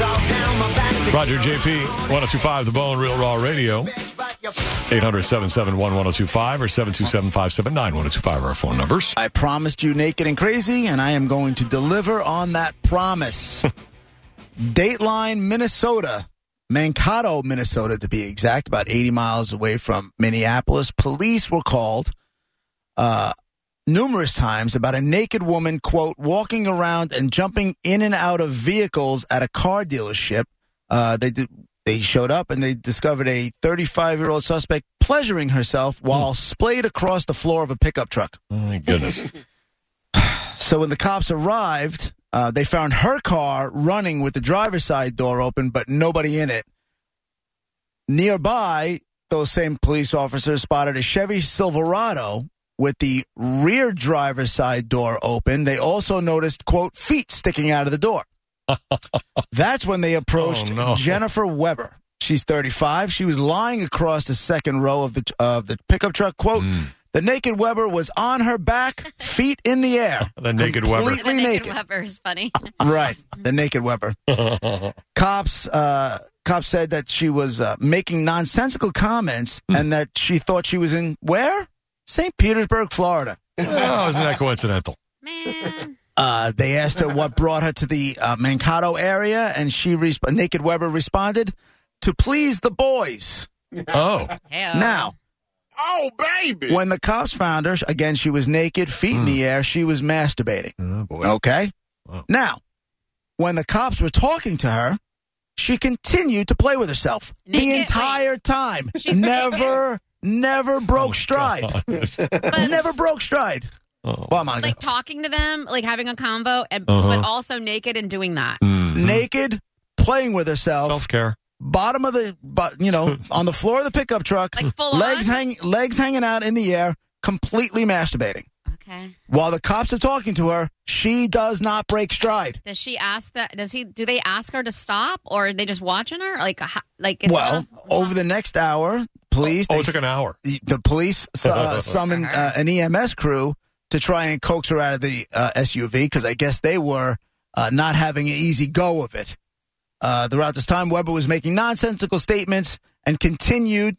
Roger JP, 1025 The Bone, Real Raw Radio. 800 771 1025 or 727 579 1025 are our phone numbers. I promised you naked and crazy, and I am going to deliver on that promise. Dateline, Minnesota, Mankato, Minnesota, to be exact, about 80 miles away from Minneapolis. Police were called uh, numerous times about a naked woman, quote, walking around and jumping in and out of vehicles at a car dealership. Uh, they did. They showed up and they discovered a 35 year old suspect pleasuring herself while splayed across the floor of a pickup truck. Oh, my goodness. So when the cops arrived, uh, they found her car running with the driver's side door open, but nobody in it. Nearby, those same police officers spotted a Chevy Silverado with the rear driver's side door open. They also noticed, quote, feet sticking out of the door. That's when they approached Oh, no. Jennifer Weber. She's 35. She was lying across the second row of the of the pickup truck. Quote: Mm. The naked Weber was on her back, feet in the air. The naked Weber. completely the naked. naked Weber is funny. Right, the naked Weber. cops, uh, cops said that she was uh, making nonsensical comments and that she thought she was in where? St. Petersburg, Florida. Oh, isn't that coincidental? Man, Uh, they asked her what brought her to the uh, Mankato area, and she resp- naked Weber responded, "To please the boys." Oh, hey-o. Now, Oh, baby. when the cops found her, again she was naked, feet in the air. She was masturbating. oh boy. Okay. Wow. Now, when the cops were talking to her, she continued to play with herself Naked? the Wait. entire time. She's never, never broke Oh, stride. God. but Never broke stride. Oh. Well, Monica, like talking to them, like having a convo, and Uh-huh. but also naked and doing that. Hmm. naked, playing with herself, Mm-hmm. Self care. bottom of the, bo- you know, on the floor of the pickup truck, Like full legs on? hang, legs hanging out in the air, completely masturbating. Okay. While the cops are talking to her, she does not break stride. Does she ask that? Does he? Do they ask her to stop, or are they just watching her? Like, ho- like it's well, not a- over the next hour, police. Oh, they it took an hour. the police uh, summoned uh, an EMS crew to try and coax her out of the uh, SUV because I guess they were uh, not having an easy go of it. Uh, throughout this time, Weber was making nonsensical statements and continued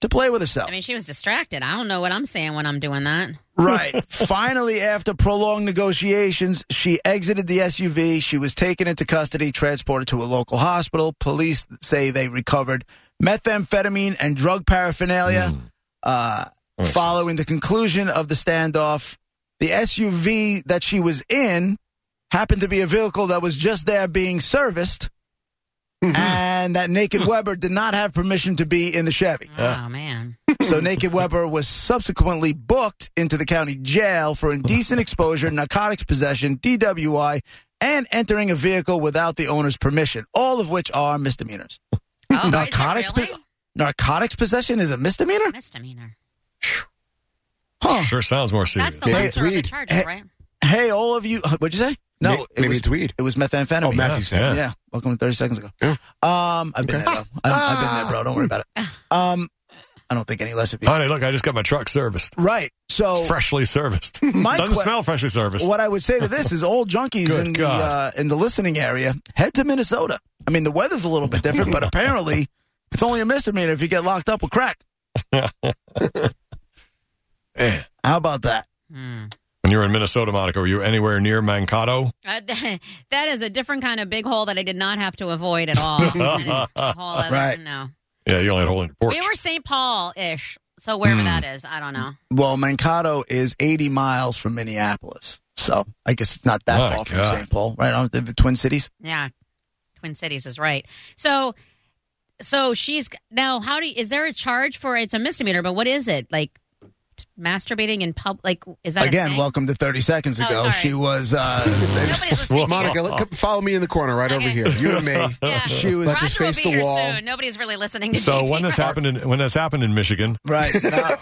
to play with herself. I mean, she was distracted. I don't know what I'm saying when I'm doing that. right. Finally, after prolonged negotiations, she exited the SUV. She was taken into custody, transported to a local hospital. Police say they recovered methamphetamine and drug paraphernalia. Uh, following the conclusion of the standoff, the SUV that she was in happened to be a vehicle that was just there being serviced. And that naked Weber did not have permission to be in the Chevy. Oh man, So Naked Weber was subsequently booked into the county jail for indecent exposure, narcotics possession, DWI, and entering a vehicle without the owner's permission, all of which are misdemeanors. oh, narcotics narcotics really? po- narcotics possession is a misdemeanor? misdemeanor. Huh. Sure sounds more serious. That's the Maybe lesser it's of the weed. charges, Eh, right? Hey, all of you, what'd you say? No, May- maybe was, it's weed. It was methamphetamine. Oh, Matthew said. Yeah. Yeah, welcome to 30 seconds ago. Yeah. Um, I've been there, though. I, I've been there, bro. Don't worry about it. Um, I don't think any less Uh, of you. Honey, look, I just got my truck serviced. Right. So It's freshly serviced. Oh. My Doesn't que- smell freshly serviced. What I would say to this is, old junkies Good in the uh, God. in the listening area, head to Minnesota. I mean, the weather's a little bit different, but apparently, it's only a misdemeanor if you get locked up with crack. Eh. How about that? Hmm. When you were in Minnesota, Monica, were you anywhere near Mankato? Uh, th- that is a different kind of big hole that I did not have to avoid at all. That is a whole other- Right. No. Yeah, you only had a hole in your porch. We were St. Paul ish. So wherever Hmm. that is, I don't know. Well, Mankato is 80 miles from Minneapolis, so I guess it's not that My far from God. St. Paul, right? On the, the Twin Cities. Yeah. Twin Cities is right. So so she's now how do you, is there a charge for it's a misdemeanor, but what is it? Like stopped masturbating in public? Like, is that a Again, thing? welcome to 30 seconds Oh, ago. sorry. she was uh, Nobody's listening. to Monica, let- come- follow me in the corner right over Okay. here. You and me. you. yeah. she was Let's Roger just will face be the here wall. soon. Nobody's really listening to So JP. when this happened in when this happened in Michigan, right. now-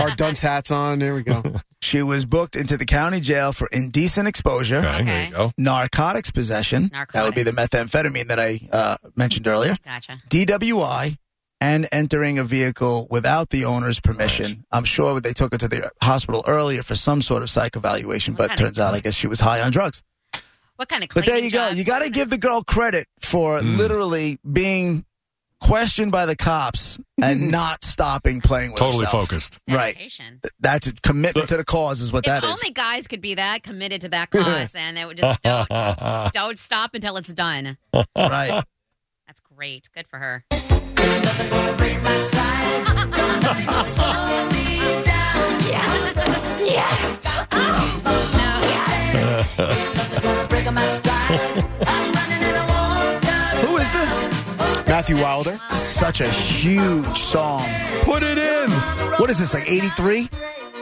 Our dunce hats on. There we go. she was booked into the county jail for indecent exposure. okay, there Okay. you go. narcotics possession. That would be the methamphetamine that I uh, mentioned earlier. Gotcha. DWI and entering a vehicle without the owner's permission. I'm sure they took her to the hospital earlier for some sort of psych evaluation, What but kind of- turns out I guess she was high on drugs. What kind of? But there cleaning you go. job You got to was give the girl credit for Mm. literally being questioned by the cops and not stopping playing with Totally herself. focused. it? Right. Dedication. Th- That's a commitment to the cause is what If that is. only guys could be that committed to that cause, and they would just don't, don't stop until it's done. right. That's great. Good for her. Who is this? Matthew Wilder. Such a huge song. Put it in. What is this, like 83?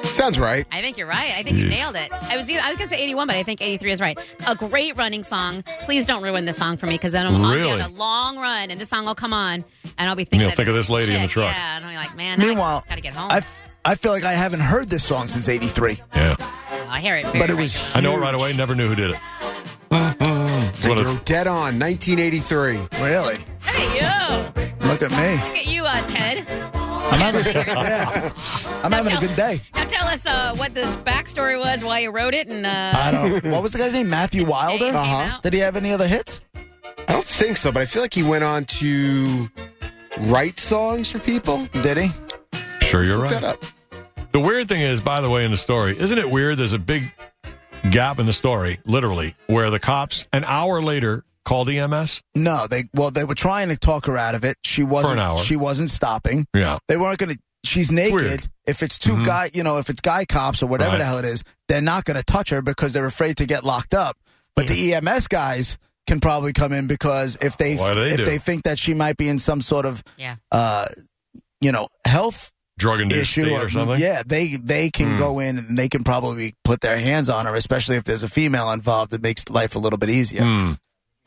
Sounds right. I think you're right. I think you Jeez. nailed it. I was either, I was gonna say 81, but I think 83 is right. A great running song. Please don't ruin this song for me because then I'll be on Really? a long run and this song will come on and I'll be thinking. You'll that think of this this lady in the shit. truck. Yeah, and I'll be like, man. now I Meanwhile, gotta get home. I, I feel like I haven't heard this song since '83, Yeah, I hear it. Very but it was. I know it right away. Never knew who did it. It's one of You're the- dead on. 1983. Really? Hey you, Look at me. look at you, uh, Ted. I'm having, yeah. I'm having a good day. Now tell us uh, what the backstory was, why you wrote it, and uh, I don't. What was the guy's name? Matthew Wilder. Uh-huh. Dave came out. Did he have any other hits? I don't think so, but I feel like he went on to write songs for people. Did he? Sure, you're Look that right. up. The weird thing is, by the way, in the story, isn't it weird? There's a big gap in the story, literally, where the cops an hour later E called EMS. No. They well, they were trying to talk her out of it. She wasn't. hour. She wasn't stopping. Yeah, They weren't going to. She's naked. weird. If it's 2 Mhm. guy, you know, if it's guy cops or whatever Right. the hell it is, they're not going to touch her because they're afraid to get locked up. But Mm-hmm. the EMS guys can probably come in because if they Why do they if do? they think that she might be in some sort of yeah. uh, you know, health drug induced issue state or something. Hmm. yeah, they they can go in and they can probably put their hands on her, especially if there's a female involved. It makes life a little bit easier. Hmm.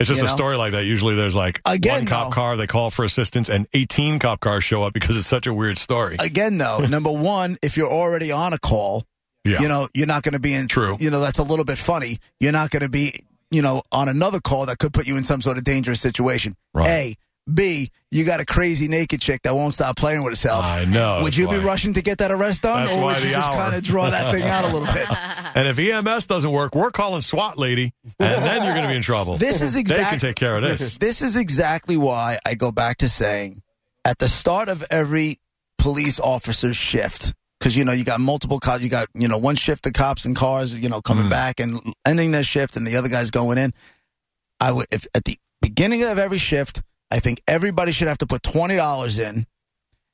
It's just You a know? story like that. Usually, there's like Again, one cop though- car they call for assistance, and 18 cop cars show up because it's such a weird story. Again, though, number one, if you're already on a call, yeah, you know, you're not going to be in. True. You know, that's a little bit funny. You're not going to be, you know, on another call that could put you in some sort of dangerous situation. Right. A, B, you got a crazy naked chick that won't stop playing with herself. I know. would that's you why. be rushing to get that arrest done, That's or why would you the just hour. kind of draw that thing out a little bit? And if EMS doesn't work, we're calling SWAT lady, and then you're going to be in trouble. This is exactly. They can take care of this. This is exactly why I go back to saying at the start of every police officer's shift, because, you know, you got multiple cops, you got, you know, one shift of cops and cars, you know, coming Mm-hmm. back and ending their shift and the other guy's going in. I would, if at the beginning of every shift, I think everybody should have to put $20 in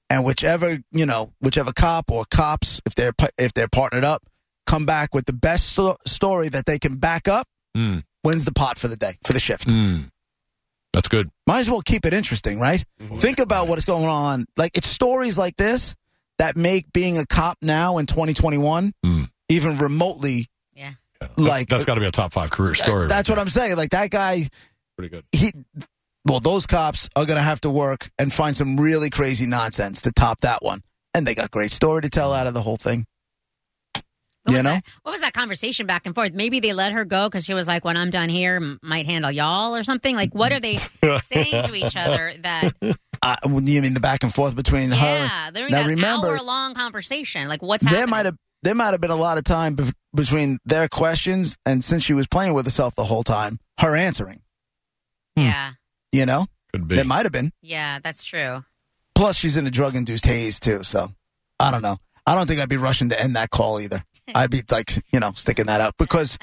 and whichever, you know, whichever cop or cops, if they're, pa- if they're partnered up, come back with the best sto- story that they can back up, Mm, wins the pot for the day, for the shift. mm. That's good. Might as well keep it interesting, right? Think about what is going on. Like it's stories like this that make being a cop now in 2021 Mm. even remotely Yeah. That's- like that's got to be a top five career story. That's what I'm saying. Like that guy, pretty good. he well, those cops are going to have to work and find some really crazy nonsense to top that one. And they got great story to tell out of the whole thing. What You was know? that- what was that conversation back and forth? Maybe they let her go because she was like, "When I'm done here, m- might handle y'all" or something. Like, what are they saying to each other? That I, you mean the back and forth between her? yeah, they're now an remember- hour long conversation. Like, what's There happening? might have there might have been a lot of time bef between their questions and since she was playing with herself the whole time, her answering. Hmm. yeah, You know. Could be. It might have been. yeah, that's true. Plus, she's in a drug induced haze, too. So I don't know. I don't think I'd be rushing to end that call either. I'd be like, you know, sticking that out because,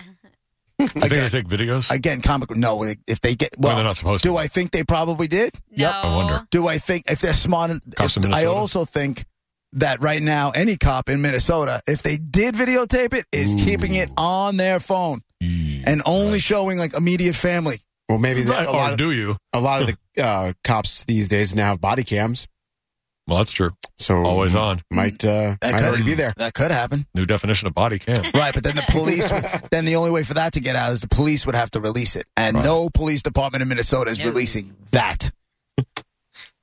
You think again, they take videos? again, comic. No, if they get. Well, Well, they're not supposed do to. I think they probably did? No, I wonder. Do I think if they're smart? en- Cops in if- I Minnesota? also think that right now, any cop in Minnesota, if they did videotape it, is keeping it on their phone and only showing like immediate family. Well, maybe the, Mm. Right, Oh, a, lot or of, do you? a lot of the uh, cops these days now have body cams. Well, that's true. So Always Mm-hmm. on. Might uh, That might could already be there. That could happen. New definition of body cam. Right, but then the police. would- then the only way for that to get out is the police would have to release it, and no police department in Minnesota is No. releasing that.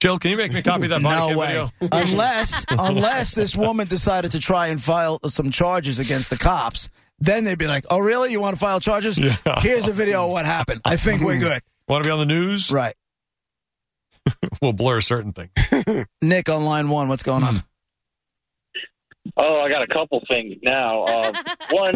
Jill, can you make me a copy of that body No cam way. video? unless, unless this woman decided to try and file some charges against the cops, then they'd be like, "Oh, really? You want to file charges? Yeah. Here's a video of what happened. I think we're good." Want to be on the news? Right, We'll blur certain things. Nick on line one. What's going Hmm. on? Oh, I got a couple things now. Um, one,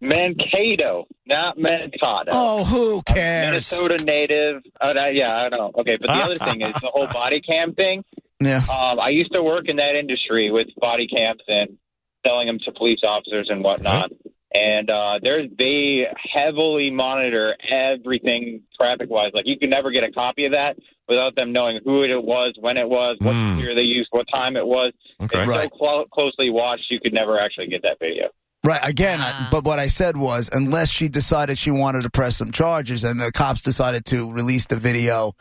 Mankato, not Mankato. Oh, Uh, who cares? Minnesota native. Oh, that, yeah, I know. Okay, but the other thing is the whole body cam thing. Yeah. Um, I used to work in that industry with body cams and selling them to police officers and whatnot. And uh, there's they heavily monitor everything traffic wise. Like you can never get a copy of that without them knowing who it was, when it was, what Hmm. year they used, what time it was. Okay. It's Right. so clo- closely watched, you could never actually get that video. Right. Again, I, Ah. but what I said was unless she decided she wanted to press some charges and the cops decided to release the video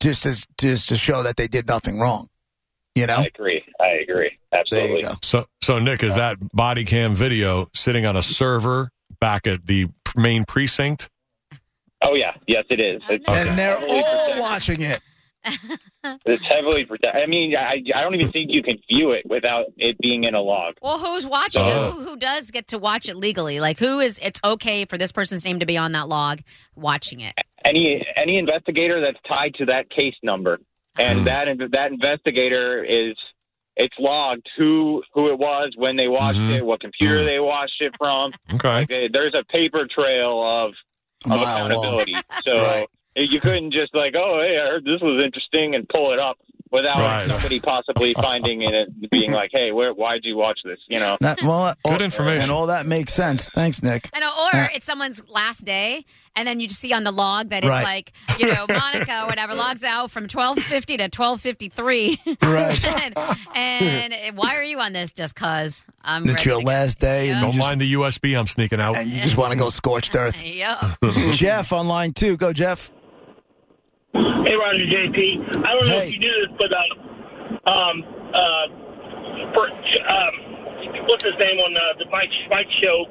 just to, just to show that they did nothing wrong. You know? I agree. I agree. there you Absolutely. go. So, so Nick, is that body cam video sitting on a server back at the main precinct? Oh yeah, yes, it is. It's, Okay. And they're Totally all protected. watching it. it's heavily protected. I mean, I, I don't even think you can view it without it being in a log. Well, who's watching Oh. it? Who, who does get to watch it legally? Like, who is? It's okay for this person's name to be on that log, watching it. Any any investigator that's tied to that case number, and Hmm. that that investigator is it's logged who who it was, when they watched Mm-hmm. Mhm. it, what computer Hmm. they watched it from. Okay. They- There's a paper trail of of Mile long. accountability. So Right. you couldn't just like, oh, hey, I heard this was interesting and pull it up without Right. somebody possibly finding it and being like, hey, where, why'd you watch this? You know. That, well, Good all- information. And all that makes sense. Thanks, Nick. I know, uh, or Yeah. it's someone's last day, and then you just see on the log that it's Right. like, you know, Monica or whatever logs out from twelve fifty to twelve fifty three. Right. and, and why are you on this? Just cause I'm. It's ready your to- last day and you Don't just, mind the USB I'm sneaking out. and you just want to go scorched earth. Yeah. Jeff on line two. Go, Jeff. Hey, Roger JP. I don't know Hey. if you knew this, but uh, um, uh, for, um, what's his name on uh, the Mike Mike show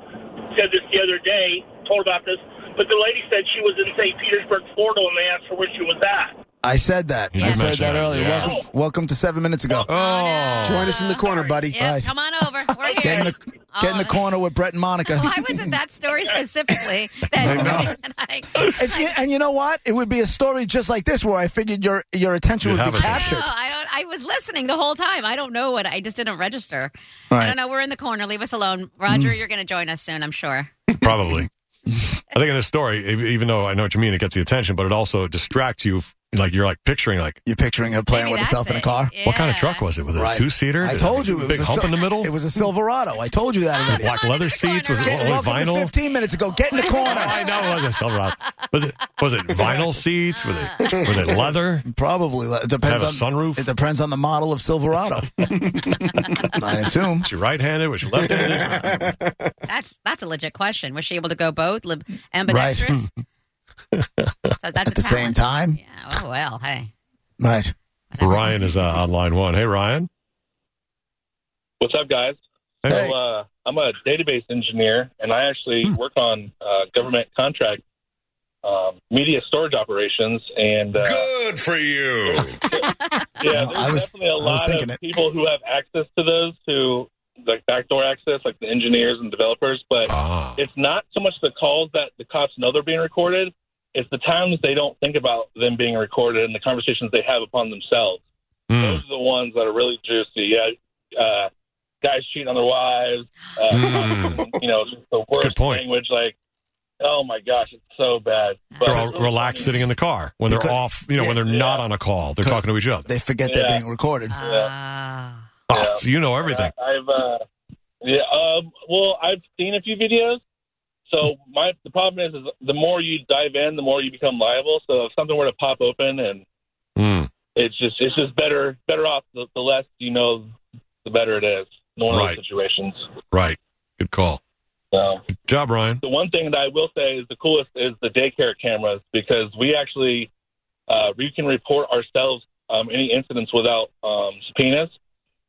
said this the other day. Told about this, but the lady said she was in St. Petersburg, Florida, and they asked her where she was at. I said that. You I did said mention that that, earlier. yeah. Welcome, welcome to seven minutes ago. oh, Join us in the corner, buddy. Yep, Come on over. We're here. Get in the, All get in of the it. corner with Brett and Monica. Why Oh. wasn't that story specifically? That I It's, and you know what? It would be a story just like this where I figured your your attention You'd would have be it. No, captured. I don't. I was listening the whole time. I don't know what. I just didn't register. I Right. Mm. don't know. We're in the corner. Leave us alone, Roger. You're going to join us soon. I'm sure. probably. I think in this story, ev- even though I know what you mean, it gets the attention, but it also distracts you. f- Like you're like picturing like You're picturing her playing Maybe with that's herself in a it. car. what kind of Yeah. truck was it? Was it Right. a two seater? I told you it was big a hump in sil- the middle. It was a Silverado. I told you that Oh, already. come Black on, leather into the seats? Was it corner, all Roger. like Welcome to vinyl? 15 minutes ago. Get in the I corner. know it was a Silverado. Was it was it vinyl seats? Were they were they leather? Probably le- it Have depends a on sunroof? It depends on the model of Silverado. I assume. Was she right-handed? Was she left-handed? That's that's a legit question. Was she able to go both lib- ambidextrous? so that's At the same time. Yeah. Oh well. Hey. Right. whatever. Ryan is uh, on line one. Hey, Ryan. What's up, guys? Hey. So, uh, I'm a database engineer, and I actually Hmm. work on uh, government contract um, media storage operations. And uh, Good for you. yeah, No, there's I was- definitely a was lot thinking of it. people who have access to those, who like backdoor access, like the engineers and developers. But Ah, it's not so much the calls that the cops know they're being recorded; it's the times they don't think about them being recorded and the conversations they have upon themselves. Hmm. Those are the ones that are really juicy. Yeah, uh, guys cheating on their wives. Uh, Mm. You know, the good worst point. language. Like, oh my gosh, it's so bad. they're all relaxed sitting in the car when they're Because- off. You know, when they're yeah. not on a call, they're Because- talking to each other. They forget they're Yeah. being Uh, recorded. Ah. Oh, so you know everything. I, have uh, yeah. Um, well, I've seen a few videos. So my the problem is, is the more you dive in, the more you become liable. So if something were to pop open, and Mm. it's just it's just better better off. The, the less you know, the better it is. In one Right. of those situations. Right. Good call. So. Good job, Ryan. the one thing that I will say is the coolest is the daycare cameras because we actually uh, we can report ourselves um, any incidents without um, subpoenas.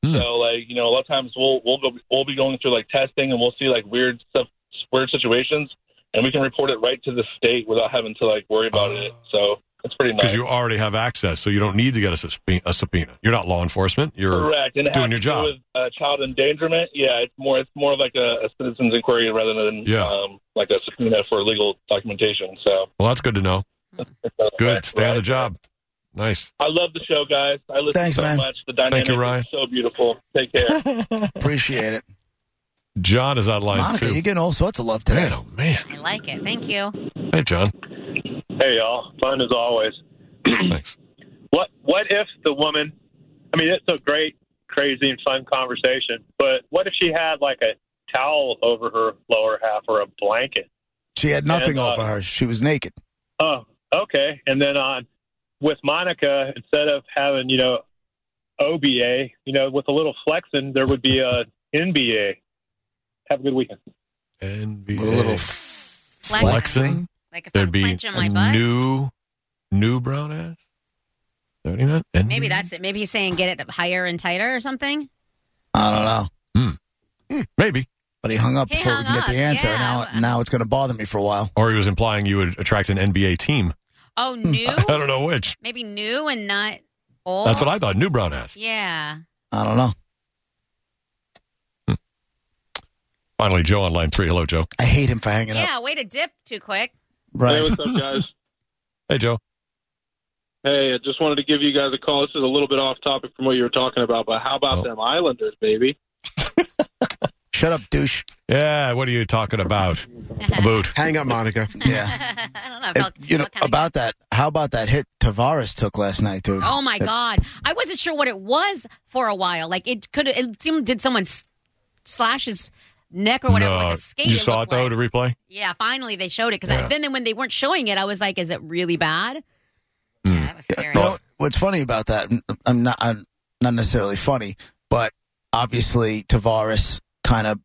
Hmm. So like you know, a lot of times we'll we'll go we'll be going through like testing and we'll see like weird stuff, weird situations, and we can report it right to the state without having to like worry about it. So it's pretty nice. Because you already have access, so you don't need to get a subpoena. A subpoena. You're not law enforcement. You're Correct. And it doing has your to job. do with uh, child endangerment. Yeah, it's more it's more of like a, a citizen's inquiry rather than Yeah. um, like a subpoena for legal documentation. So Well, that's good to know. Good. Stay on the job. Nice. I love the show, guys. I listen Thanks, so man. much. The Thank you, dynamic Ryan. is so beautiful. Take care. Appreciate it. John is online Monica, too. you're getting all sorts of love today. Man, oh man. I like it. Thank you. Hey, John. hey, y'all. Fun as always. Thanks. What What if the woman? I mean, it's a great, crazy, and fun conversation. But what if she had like a towel over her lower half or a blanket? She had nothing And, uh, over her. She was naked. Oh, okay. And then on with Monica, instead of having you know OBA, you know, with a little flexing, there would be a NBA. Have a good weekend. NBA. With a little Flexing. flexing. Like if I'm There'd be clenching my a butt. new, new brown ass. Is that what he meant? And- Maybe that's it. Maybe he's saying get it higher and tighter or something. I don't know. maybe. But he hung up He before we hung could get the up, answer. yeah. Now, now it's going to bother me for a while. Or he was implying you would attract an NBA team. Oh, new? I don't know which. Maybe new and not old. That's what I thought. New brown ass. Yeah. I don't know. Finally, Joe on line three. Hello, Joe. I hate him for hanging up. Yeah. Way to dip too quick. Right. Hey, what's up, guys? Hey, Joe. Hey, I just wanted to give you guys a call. This is a little bit off topic from what you were talking about, but how about Oh. them Islanders, baby? Shut up, douche. Yeah, what are you talking about? Boot. Hang up, Monica. Yeah. I don't know. It- about- you know what kind of guy- about that. How about that hit Tavares took last night, dude? Oh my That- god! I wasn't sure what it was for a while. Like it could. It seemed did someone s- slash his neck or whatever No. with a skate. uh, you it saw it looked though like. to replay. Yeah, finally they showed it because Yeah. then when they weren't showing it, I was like, "Is it really bad?" Hmm. Yeah, that was You scary. know, what's funny about that? I'm not. I'm not necessarily funny, but obviously Tavares kind of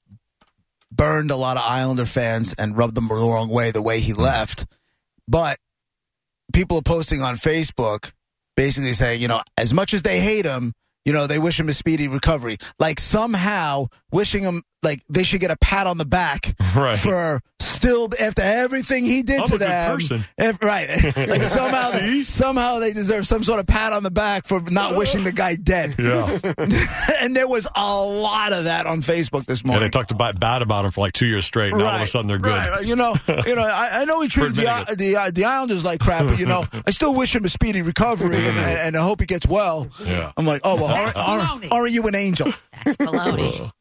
burned a lot of Islander fans and rubbed them the wrong way the way he left. But people are posting on Facebook basically saying, you know, as much as they hate him, you know, they wish him a speedy recovery. Like somehow wishing him like they should get a pat on the back Right. for still after everything he did I'm to a good them. person. if- right. like somehow See? somehow they deserve some sort of pat on the back for not wishing the guy dead. Yeah. and there was a lot of that on Facebook this yeah, morning. they talked about, bad about him for like two years straight. and Now all of a Right, sudden they're good. right. You know, you know. I, I know he treated the, admitting I- the I- the Islanders like crap, but you know, I still wish him a speedy recovery, and, and, and I hope he gets well. Mm. Yeah. I'm like, oh well, aren't, aren't, aren't you an angel? That's baloney.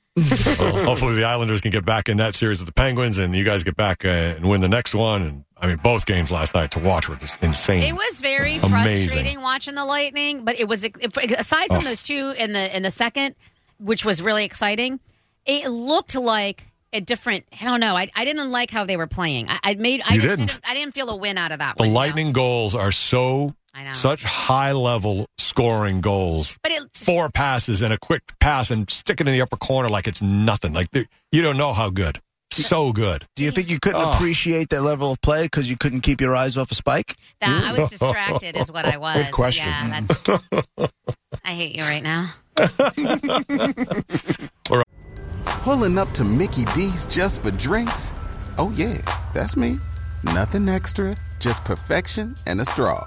Well, hopefully the Islanders can get back in that series with the Penguins, and you guys get back uh, and win the next one. And I mean, both games last night to watch were just insane. It was very Amazing. frustrating watching the lightning, but it was aside from those two in the in the second, which was really exciting. It looked like a different. I don't know. I, I didn't like how they were playing. I, I made. I You just didn't. I didn't feel a win out of that. the one, no. Lightning goals are so I know. such high level scoring goals. But it Four passes and a quick pass and stick it in the upper corner like it's nothing. Like they- you don't know how good, so good. Do you think you couldn't Oh. appreciate that level of play because you couldn't keep your eyes off a spike? That I was distracted, is what I was. Good question. Yeah, that's, I hate you right now. Pulling up to Mickey D's just for drinks? Oh, yeah, that's me. Nothing extra, just perfection and a straw.